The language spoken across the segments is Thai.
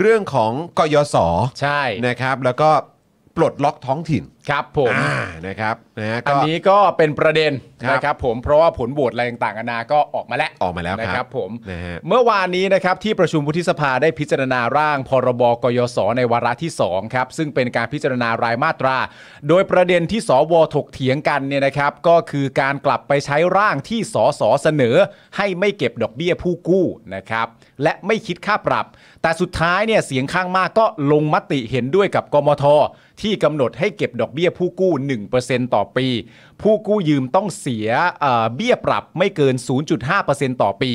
เรื่องของกยศ ใช่ นะครับแล้วก็ปลดล็อกท้องถิ่น ครับผม อ่านะครับนะฮะ อัน ก็ นี้ก็เป็นประเด็น ครับ นะครับผมเพราะว่าผลโหวตอะไรต่างๆนานาก็ออกมาแล้ว ออกมาแล้ว นะ ค ค รั รั บบ ผม นะฮะ เมื่อวานนี้นะครับที่ประชุมวุฒิสภาได้พิจารณาร่าง พรบกยศในวาระที่2ครับซึ่งเป็นการพิจารณารายมาตรา โดยประเด็นที่สวถกเถียงกันเนี่ยนะครับก็คือการกลับไปใช้ร่างที่สสเสนอ ให้ไม่เก็บดอกเบี้ยผู้กู้นะครับและไม่คิดค่าปรับ แต่สุดท้ายเนี่ยเสียงข้างมากก็ลงมติเห็นด้วยกับกมท ที่กำหนดให้เก็บดอกเบี้ยผู้กู้ 1%ต่อปี ผู้กู้ยืมต้องเสียเอ่อเบี้ยปรับไม่เกิน 0.5%ต่อปี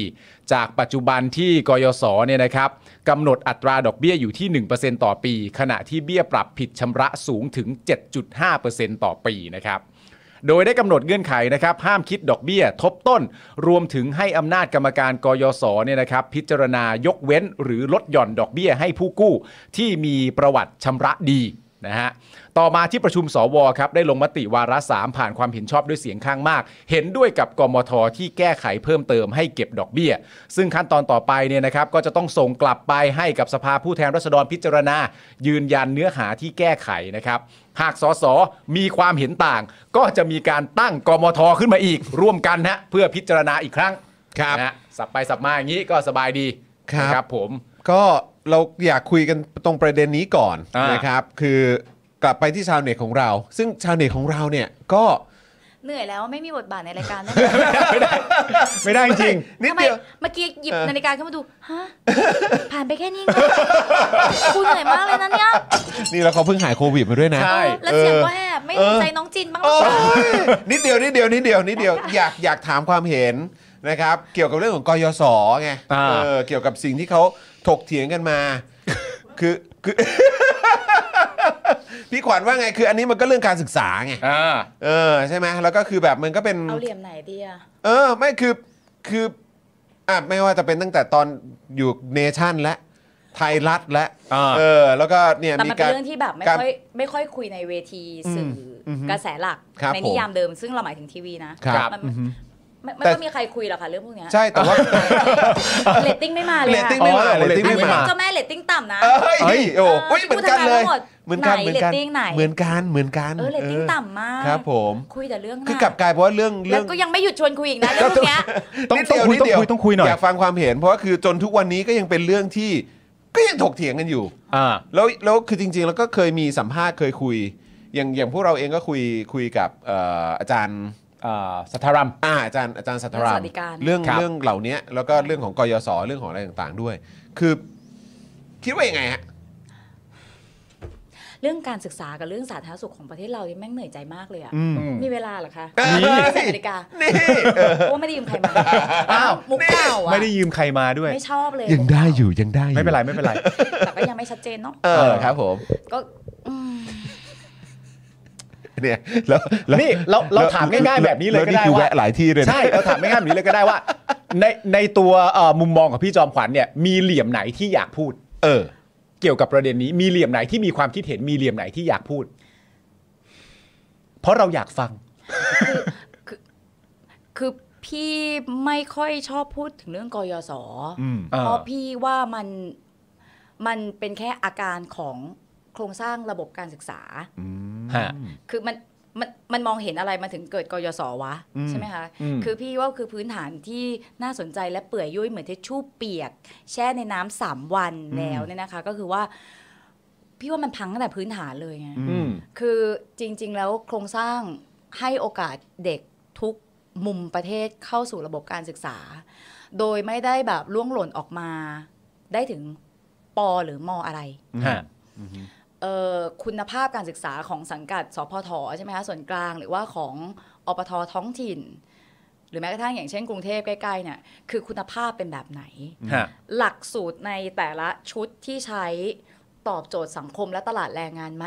จากปัจจุบันที่กยศเนี่ยนะครับกำหนดอัตราดอกเบี้ยอยู่ที่ 1%ต่อปี ขณะที่เบี้ยปรับผิดชำระสูงถึง 7.5%ต่อปีนะครับ โดยได้กำหนดเงื่อนไขนะครับ ห้ามคิดดอกเบี้ยทบต้น รวมถึงให้อำนาจกรรมการกยศเนี่ยนะครับ พิจารณายกเว้นหรือลดหย่อนดอกเบี้ยให้ผู้กู้ ที่มีประวัติชำระดีนะฮะต่อมาที่ประชุมสวครับได้ลงมติวาระ 3 ผ่านความเห็นชอบด้วยเสียงข้างมาก เห็นด้วยกับกมทที่แก้ไขเพิ่มเติมให้เก็บดอกเบี้ย ซึ่งขั้นตอนต่อไปเนี่ยนะครับก็จะต้องส่งกลับไปให้กับสภาผู้แทนราษฎรพิจารณา ยืนยันเนื้อหาที่แก้ไขนะครับ หากสสมีความเห็นต่าง ก็จะมีการตั้งกมทขึ้นมาอีก ร่วมกันนะเพื่อพิจารณาอีกครั้ง ครับ นะสับไปสับมาอย่างนี้ก็สบายดี ครับ นะครับผม ก็เราอยากคุยกันตรงประเด็นนี้ก่อน อ่าน นะครับ คือกลับไปที่ชาวเน็ตของเรา ซึ่งชาวเน็ตของเราเนี่ยก็ เหนื่อยแล้วไม่มีบทบาทในรายการได้ ไม่ได้จริง ไห มนิด ทำไม เดียว เมื่อกี้หยิบ เออ นาฬิกาขึ้นมาดู ฮะผ่านไปแค่นี้เอง เหรอกูเหนื่อยมากเลยนะเนี่ย นี่แล้วเขาเพิ่งหายโควิดมาด้วยนะ ใช่ แล้วเสียงก็แหบไม่ เอ สน อ ใจน้องจินบ้างเหร โอ้ อย นิดเดียวนิดเดียวนิดเดียวนิดเดียวอยากอยากถามความเห็นนะครับ เกี่ยวกับเรื่องของกยศไง อ่า เออเกี่ยวกับสิ่งที่เขาถกเถียงกันมา คือคือ พี่ขวัญว่าไงคือ อันนี้มันก็เรื่องการศึกษาไง อ่า เออใช่ไหมแล้วก็คือแบบมันก็เป็น เอาเหลี่ยมไหนดีอะ เออ ไม่คือคืออ่ะไม่ว่าจะเป็นตั้งแต่ตอนอยู่เนชั่นและไทยรัฐและ อ่า เออ แล้วก็เนี่ย แต่ มี มันเป็ กานร เรื่องที่แบบไม่ การ ค่อยไม่ค่อยคุยในเวทีสื่ออ ม กระแสหลัก ครับ ใน ผ นิ ม ยามเดิมซึ่งเราหมายถึงทีวีนะครับ มัน อือฮึ ไม่ไม่ แต่ ต้องมีใครคุยหรอกค่ะเรื่องพวกเนี้ย ใช่แต่ว่า เรตติ้งไม่มาเลย เรต ค่ะ ติ้งไม่มา อ๋อ เรตติ้งไม่ เรตติ้งไม่ มา มา เจ้าแม่เรตติ้งต่ำนะ เอ้ย เอ้ย โอ้ เออย เหมือนกันเลย ที่คุณทำงานทั้งหมด เหมือนกัน ไหน เหมือนกันเหมือน rating ไหนกันเหมือนกัน เออเรตติ้งต่ำมาก ครับ ผม คุยแต่เรื่อง คื น่ะ อกลับกลายเพราะว่าเรื่อง แล้ เรื่ ว อง ก็ยังไม่หยุดชวนคุยอีกนะเรื่องพวกเนี้ย ต้อง นิดเดีว ต้นิดเดีวองคุยต้องคุยต้องคุยหน่อย อยากฟังความเห็นเพราะว่าคือจนทุกวันนี้ก็ยังเป็นเรื่องที่ก็ยังถกเถียงกันอยู่ อ่า แล้วแล้วคือจริงๆ แล้วก็เคยมีสัมภาษณ์เคยคุย อย่างอย่างพวกเราเองก็คุยคุยกับเอ่ออาจารย์ อ่าสัทธารัม อ่าอาจารย์อาจารย์สัทธาราม เรื่องสวัสดิการ เรื่อง ครับ เรื่องเหล่านี้แล้วก็เรื่องของกยศเรื่องของอะไรต่างๆด้วย คือคิดว่ายังไงฮะ เรื่องการศึกษากับเรื่องสาธารณสุขของประเทศเรานี่แม่งเหนื่อยใจมากเลยอะ อืม มีเวลาเหรอคะ เอ้ย ใส่นาฬิกา นี่เออ เพราะว่าไม่ได้ยืมใครมา อ้าว มุกเก่าอะ ไม่ได้ยืมใครมาด้วย ไม่ชอบเลย ยังได้อยู่ยังได้อยู่ ไม่เป็นไรไม่เป็นไร แต่ก็ยังไม่ชัดเจนเนาะ เออครับผม ก็อืม เนี่ยแล้วแล้ว นี่เราเราถามง่ายๆแบบนี้เลยก็ได้ แวนี่คือ ว่า แวะหลายที่เลยนะ ใช่เราถามง่ายๆแบบนี้เลยก็ได้ว่า ในในตัวเอ่อมุมมองของพี่จอมขวัญเนี่ยมีเหลี่ยมไหนที่อยากพูด เออ เกี่ยวกับประเด็นนี้มีเหลี่ยมไหนที่มีความคิดเห็นมีเหลี่ยมไหนที่อยากพูด เพราะเราอยากฟัง คือพี่ไม่ค่อยชอบพูดถึงเรื่องกยศ อ่า เพราะพี่ว่ามันมันเป็นแค่อาการของโครงสร้างระบบการศึกษา ฮะ คือมันมันมันมองเห็นอะไรมาถึงเกิดกยศวะ ใช่ไหมคะ อืม คือพี่ว่าคือพื้นฐานที่น่าสนใจและเปื่อยยุ่ยเหมือนทิชชู่เปียก แช่ในน้ำสามวันแล้วเนี่ยนะคะ ก็คือว่า พี่ว่ามันพังตั้งแต่พื้นฐานเลยไง อืม คือจริง ๆ แล้วโครงสร้างให้โอกาสเด็กทุกมุมประเทศเข้าสู่ระบบการศึกษา โดยไม่ได้แบบล่วงหล่นออกมา ได้ถึงปอหรือมออะไร ฮะ เอ่อคุณภาพการศึกษาของสังกัดสพทใช่ไหมคะส่วนกลางหรือว่าของอปทท้องถิ่น หรือแม้กระทั่งอย่างเช่นกรุงเทพใกล้ๆเนี่ยคือคุณภาพเป็นแบบไหน ฮะ หลักสูตรในแต่ละชุดที่ใช้ตอบโจทย์สังคมและตลาดแรงงานไหม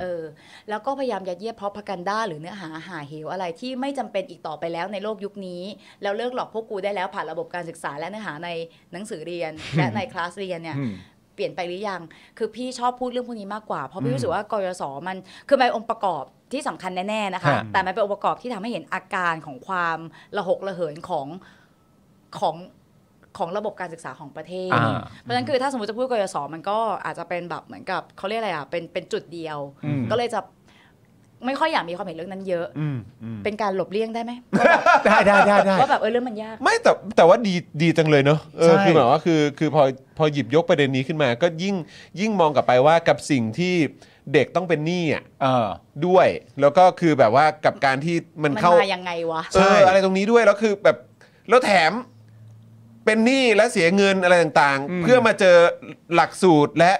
เออแล้วก็พยายามยัดเยียดเพราะพักันด้าหรือเนื้อหาหาเหวอะไรที่ไม่จำเป็นอีกต่อไปแล้วในโลกยุคนี้ แล้วเลิกหลอกพวกกูได้แล้วผ่านระบบการศึกษาและเนื้อหาในหนังสือเรียน และในคลาสเรียนเนี่ย อืม เปลี่ยนไปหรือยัง คือพี่ชอบพูดเรื่องพวกนี้มากกว่า เพราะพี่รู้สึกว่ากยศมัน คือมันเป็นองค์ประกอบที่สำคัญแน่ๆนะคะ ฮะ แต่มันเป็นองค์ประกอบที่ทำให้เห็นอาการของความระหกระเหินของของ ของระบบการศึกษาของประเทศ อ่า เพราะฉะนั้นคือถ้าสมมติจะพูดกยศมันก็อาจจะเป็นแบบเหมือนกับเขาเรียกอะไรอ่ะเป็นเป็นจุดเดียว อืม ก็เลยจะไม่ค่อยอยากมีความเห็นเรื่องนั้นเยอะ อืมอืม เป็นการหลบเลี่ยงได้ไหม ได้ได้ได้ได้ ว่าแบบเออเรื่องมันยาก ไม่แต่แต่ว่าดีดีจังเลยเนอะเออ ใช่ คือแบบว่าคือคือพอพอหยิบยกประเด็นนี้ขึ้นมา ก็ยิ่งยิ่งมองกลับไปว่ากับสิ่งที่เด็กต้องเป็นหนี้อ่ะ เออ ด้วย แล้วก็คือแบบว่ากับการที่มัน มัน เข้า มายังไงวะ เอ ใช่ ออะไรตรงนี้ด้วยแล้วคือแบบแล้วแถมเป็นหนี้และเสียเงินอะไรต่างๆ เพื่อมาเจอหลักสูตรและ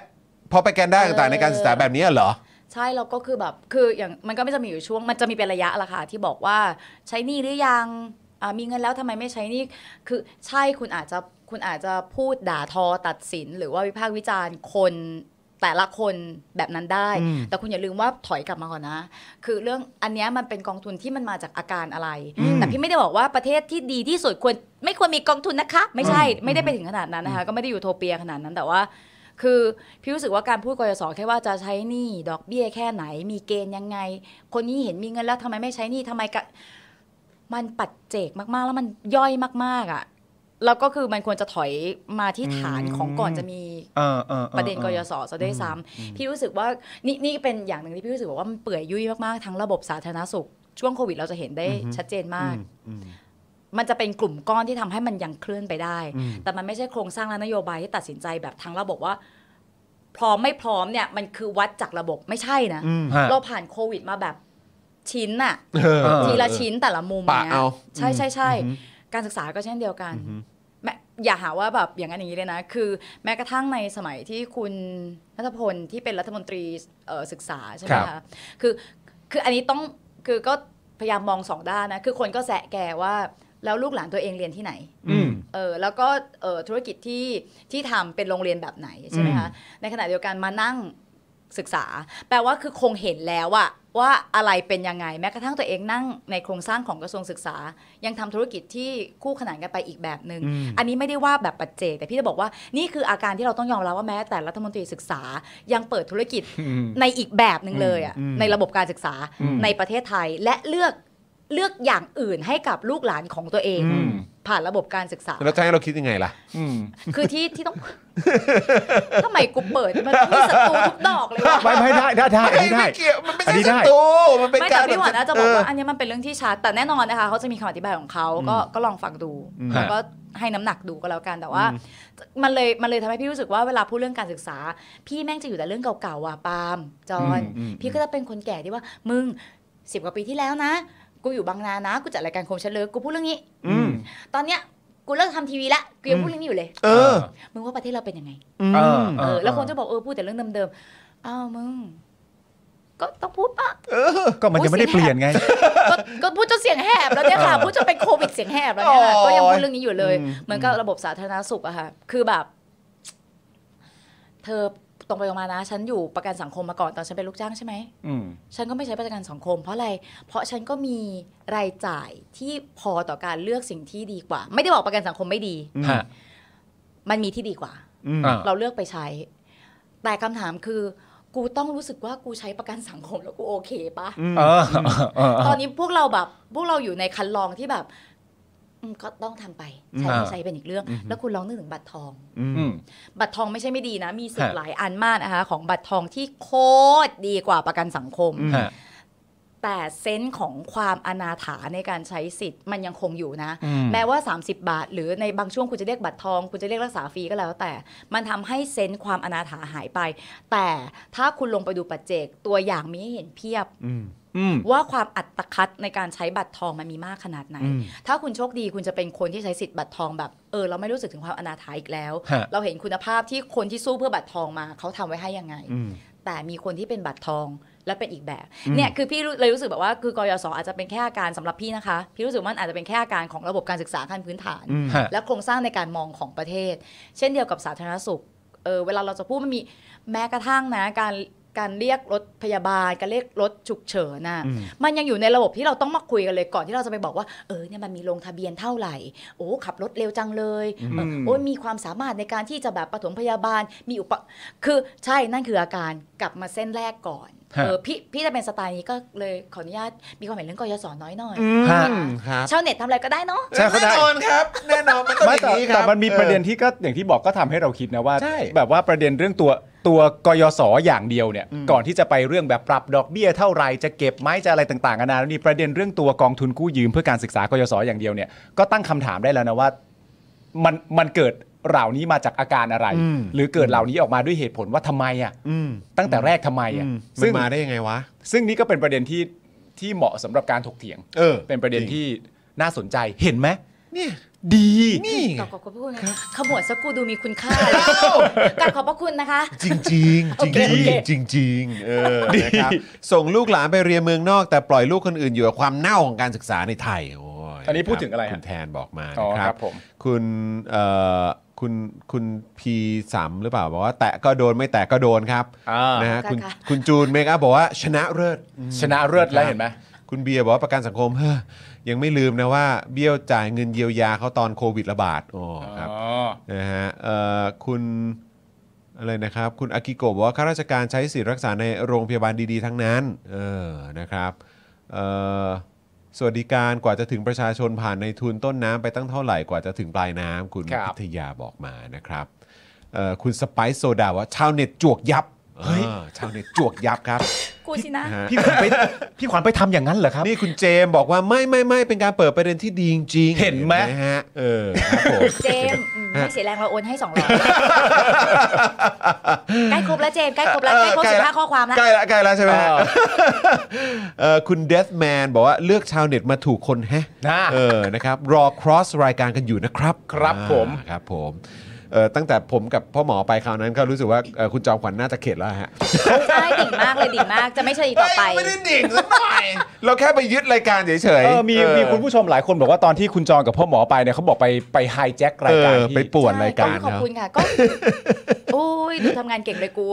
พอไปแกนได้ต่างๆ ในการศึกษาแบบนี้เหรอ ใช่แล้วก็คือแบบคืออย่างมันก็ไม่จะมีอยู่ช่วง มันจะมีเป็นระยะละค่ะที่บอกว่าใช้หนี้หรือยังอ่ามีเงินแล้วทำไมไม่ใช้หนี้คือใช่คุณอาจจะคุณอาจจะพูดด่าทอตัดสิน หรือว่าวิพากษ์วิจารณ์คนแต่ละคนแบบนั้นได้ แต่คุณอย่าลืมว่าถอยกลับมาก่อนนะ คือเรื่องอันเนี้ยมันเป็นกองทุนที่มันมาจากอาการอะไร แต่พี่ไม่ได้บอกว่าประเทศที่ดีที่สุดควรไม่ควรมีกองทุนนะคะ ไม่ใช่ไม่ได้ไปถึงขนาดนั้นนะคะก็ไม่ได้อยู่โทเปียขนาดนั้นแต่ว่า คือพี่รู้สึกว่าการพูดกยศแค่ว่าจะใช้หนี้ดอกเบี้ยแค่ไหน มีเกณฑ์ยังไง คนนี้เห็นมีเงินแล้วทำไมไม่ใช้หนี้ทำไมกะมันปัดเจกมากๆ แล้วมันย่อยมากๆอะ่ะแล้วก็คือมันควรจะถอยมาที่ฐานของก่อนจะมี เออออออ ประเด็นกยศซะด้วยซ้ำพี่รู้สึกว่านี่นี่เป็นอย่างหนึ่งที่พี่รู้สึกว่ามันเปื่อยยุ่ยมากๆทั้งระบบสาธารณสุข ช่วงโควิดเราจะเห็นได้ชัดเจนมาก มันจะเป็นกลุ่มก้อนที่ทำให้มันยังเคลื่อนไปได้ แต่มันไม่ใช่โครงสร้างและนโยบายที่ตัดสินใจแบบทั้งระบบว่า พร้อมไม่พร้อมเนี่ยมันคือวัดจากระบบไม่ใช่นะ ฮะ เราผ่านโควิดมาแบบชิ้นอะ เออ ทีละชิ้นแต่ละมุม ปะ นี่ย เอา ใช่ใช่ใช่การศึกษาก็เช่นเดียวกันแม้อย่าหาว่าแบบอย่างนั้นอย่างนี้เลยนะ คือ แม้กระทั่งในสมัยที่คุณนัทพลที่เป็นรัฐมนตรีเอ่อศึกษาใช่ไหม ครั คะ บ คือคืออันนี้ต้องคือก็พยายามมองสองด้านนะคือคนก็แซะแกว่าแล้วลูกหลานตัวเองเรียนที่ไหน อืม เออแล้วก็เออธุรกิจที่ที่ทำเป็นโรงเรียนแบบไหนใช่ไหมคะในขณะเดียวกันมานั่งศึกษา แปลว่าคือคงเห็นแล้วอะว่าอะไรเป็นยังไงแม้กระทั่งตัวเองนั่งในโครงสร้างของกระทรวงศึกษา ยังทำธุรกิจที่คู่ขนานกันไปอีกแบบหนึง่งอันนี้ไม่ได้ว่าแบบปัจเจกแต่พี่จะบอกว่านี่คืออาการที่เราต้องยอมรับว่าแม้ แต่รัฐมนตรีศึกษายังเปิดธุรกิจในอีกแบบหนึ่งเลยอะในระบบการศึกษา อืม ในประเทศไทยและเลือกเลือกอย่างอื่นให้กับลูกหลานของตัวเอง ผ่านระบบการศึกษา แล้วจะให้เราคิดยังไงล่ะ อืม คือที่ที่ต้อง ทำไมกูเปิด มันมีศัตรูทุกดอกเลยวะ ไม่ไม่ได้ได้ได้อัน ไม่ นี้ได้ เกี่ยวมันไม่ อันนี้ ใช่ ได้ ศัตรูมันเป็น ไม่ กา แต่ ร พี่หวานอาจจะบ เ อกว่าอันนี้มันเป็นเรื่องที่ชัดแต่แน่นอนนะคะเขาจะมีคำอธิบายของเขาก็ก็ลองฟังดูแล้วก็ให้น้ำหนักดูก็แล้วกันแต่ว่า มันเลยมันเลยทำให้พี่รู้สึกว่าเวลาพูดเรื่องการศึกษา พี่แม่งจะอยู่แต่เรื่องเก่าๆว่ะปาล์มจอน อืม พี่ก็จะเป็นคนแก่ที่ว่ามึงสิบกว่าปีที่แล้วนะ กูอยู่บางนานะ กูจัดรายการโคมเฉลิมกูพูดเรื่องนี้ อืม ตอนเนี้ยกูเลิกทำทีวีละกูยังพูดเรื่องนี้อยู่เลย เออ มึงว่าประเทศเราเป็นยังไง เออ เออแล้วคนจะบอกเออพูดแต่เรื่องเดิมๆ อ้าวมึง ก็ต้องพูดปะ ก็มันยังไม่ได้เปลี่ยนไง ก็ก็พูดจนเสียงแหบแล้วเนี่ยค่ะ เออ พูดจนเป็นโควิดเสียงแหบแล้วเนี่ยค่ะ โอ้ย ก็ยังพูดเรื่องนี้อยู่เลย อืม เหมือนกับระบบสาธารณสุขอะค่ะ คือแบบ เธอตรงไปตรงมานะ ฉันอยู่ประกันสังคมมาก่อนตอนฉันเป็นลูกจ้างใช่ไหม อืม ฉันก็ไม่ใช้ประกันสังคม เพราะอะไร เพราะฉันก็มีรายจ่ายที่พอต่อการเลือกสิ่งที่ดีกว่า ไม่ได้บอกประกันสังคมไม่ดี ฮะ มันมีที่ดีกว่า อ่า เราเลือกไปใช้ แต่คำถามคือ กูต้องรู้สึกว่ากูใช้ประกันสังคมแล้วกูโอเคปะ เออเออ ตอนนี้พวกเราแบบ พวกเราอยู่ในคันลองที่แบบอืมก็ต้องทำไป ใช้ อืม ไม่ใช้เป็นอีกเรื่อง แล้วคุณลองนึกถึงบัตรทอง อืม บัตรทองไม่ใช่ไม่ดีนะ มีสิทธิ์ ฮะ หลายอันมากนะคะ ของบัตรทองที่โคตรดีกว่าประกันสังคม ฮะ แต่เซนส์ของความอนาถาในการใช้สิทธิ์มันยังคงอยู่นะ อืม แม้ว่า 30 บาท หรือในบางช่วงคุณจะเรียกบัตรทอง คุณจะเรียกรักษาฟรีก็แล้ว แต่มันทำให้เซนส์ความอนาถาหายไป แต่ถ้าคุณลงไปดูปัจเจกตัวอย่างมีให้เห็นเพียบ อืม ว่าความอัตคัดในการใช้บัตรทองมันมีมากขนาดไหน ถ้าคุณโชคดีคุณจะเป็นคนที่ใช้สิทธิ์บัตรทองแบบเออเราไม่รู้สึกถึงความอนาถาอีกแล้ว ฮะ เราเห็นคุณภาพที่คนที่สู้เพื่อบัตรทองมาเขาทำไว้ให้ยังไง แต่มีคนที่เป็นบัตรทองและเป็นอีกแบบเนี่ยคือพี่รู้เลยรู้สึกแบบว่าคือกยศอาจจะเป็นแค่อาการสำหรับพี่นะคะ พี่รู้สึกว่ามันอาจจะเป็นแค่อาการของระบบการศึกษาขั้นพื้นฐาน ฮะ และโครงสร้างในการมองของประเทศ เช่นเดียวกับสาธารณสุขเออเวลาเราจะพูดมันมีแม้กระทั่งนะการ การเรียกรถพยาบาล การเรียกรถฉุกเฉินน่ะมันยังอยู่ในระบบที่เราต้องมาคุยกันเลยก่อนที่เราจะไปบอกว่าเออเนี่ยมันมีลงทะเบียนเท่าไหร่โอ้ขับรถเร็วจังเลยเออโอ้ยมีความสามารถในการที่จะแบบปฐมพยาบาลมีอุปคือใช่นั่นคืออาการกลับมาเส้นแรกก่อน ฮะ เออพี่พี่จะเป็นสไตล์นี้ก็เลยขออนุญาตมีความเห็นเรื่องกยศน้อยหน่อย ฮะ ครับ ชาวเน็ตทำอะไรก็ได้เนาะ ใช่เขา แน่ ได้ นอนครับ แน่นอนมันต้อง ไม่ อ แต่ ย่างนี้ครับ แต่มันมีประเด็นที่ก็อย่างที่บอกก็ทำให้เราคิดนะว่า ใช่ แบบว่าประเด็นเรื่องตัวตัวกยศอย่างเดียวเนี่ย ก่อนที่จะไปเรื่องแบบปรับดอกเบี้ยเท่าไหรจะเก็บไหมจะอะไรต่างๆกันานาแล้วนี่ประเด็นเรื่องตัวกองทุนกู้ยืมเพื่อการศึกษากยศอย่างเดียวเนี่ยก็ตั้งคำถามได้แล้วนะว่า มันมันเกิดเหล่านี้มาจากอาการอะไร หรือเกิดเหล่านี้ออกมาด้วยเหตุผลว่าทำไมอ่ะ อืม ตั้งแต่แรกทำไมอ่ะ อืมมั ซึ่ง นมาได้ยังไงวะ ซึ่งนี่ก็เป็นประเด็นที่ที่เหมาะสำหรับการถกเถียง เออ เป็นประเด็น จง ที่น่าสนใจเห็นไหม เนี่ย ดี นี่ไง ต่อขอบคุณพูดนะขมวดสกกูดูมีคุณค่าแล้วกราบขอบพระคุณนะคะ จริงจริง โอเคโอเค จริงจริงๆเออนะครับส่งลูกหลานไปเรียนเมืองนอก แต่ปล่อยลูกคนอื่นอยู่กับความเน่าของการศึกษาในไทยโอ้ย อันนี้พูดถึงอะไรฮะ คุณแทนบอกมา อ๋อ นะค ครั รับบ ผม คุณเอ่อคุณคุณพีสามหรือเปล่าบอกว่าแตะก็โดนไม่แตะก็โดนครับ อ่าน นะฮะคุณ ค่ะ คุณจูนเมคอัพบอกว่าชนะเลิศ ชนะเลิศแล้วเห็นไหม คุณเบียร์บอกว่าประกันสังคมเฮ้อยังไม่ลืมนะว่าเบี้ยวจ่ายเงินเยียวยาเขาตอนโควิดระบาดอ๋อครับ นะฮะเอ่อคุณอะไรนะครับ คุณอากิโกะบอกว่าข้าราชการใช้สิทธิ์รักษาในโรงพยาบาลดีๆ ทั้งนั้นเออนะครับเอ่อสวัสดิการกว่าจะถึงประชาชนผ่านในทุนต้นน้ำไปตั้งเท่าไหร่กว่าจะถึงปลายน้ำคุณ ครับ พิทยาบอกมานะครับเอ่อคุณสไปซ์โซดาว่าชาวเน็ตจวกยับเฮ้ยชาวเน็ตจวกยับครับ กูสินะ นะฮะ พี่ขวัญไปพี่ขวัญไปทำอย่างนั้นเหรอครับ นี่คุณเจมส์บอกว่าไม่ไม่ไม่เป็นการเปิดประเด็นที่ดีจริงๆ เห็นไหม ฮะเออครับผม เจม ส์อืมไม่เสียแรงเราโอนให้สอง ร้อยใกล้ครบแล้วเจมส์ใกล้ครบแล้วใกล้ครบสิบห้าข้อความแล้ว ใกล้ละใกล้ละใช่ไหมฮะเอ่อคุณเด m แมนบอกว่าเลือกชาวเน็ตมาถูกคนแฮะ น่า เออนะครับรอ cross รายการกันอยู่นะครับ ครับ อ่า ผม ครับผมเอ่อตั้งแต่ผมกับพ่อหมอไปคราวนั้นก็รู้สึกว่าเอ่อคุณจอมขวัญน่าจะเข็ดแล้วฮะ ใช่ดิ่งมากเลยดิ่งมากจะไม่เชยอีกต่อไป เฮ้ยไม่ได้ดิ่งสักหน่อยเราแค่ไปยึดรายการเฉยๆ เออมี เออ มีคุณผู้ชมหลายคนบอกว่าตอนที่คุณจองกับพ่อหมอไปเนี่ยเขาบอกไปไปไฮแจ็ครายการ เออ ที่ ไปป่วนรายการ ใช่ขอบ เนาะ คุณค่ะ ก็ โอ้ยดูทำงานเก่งเลยกู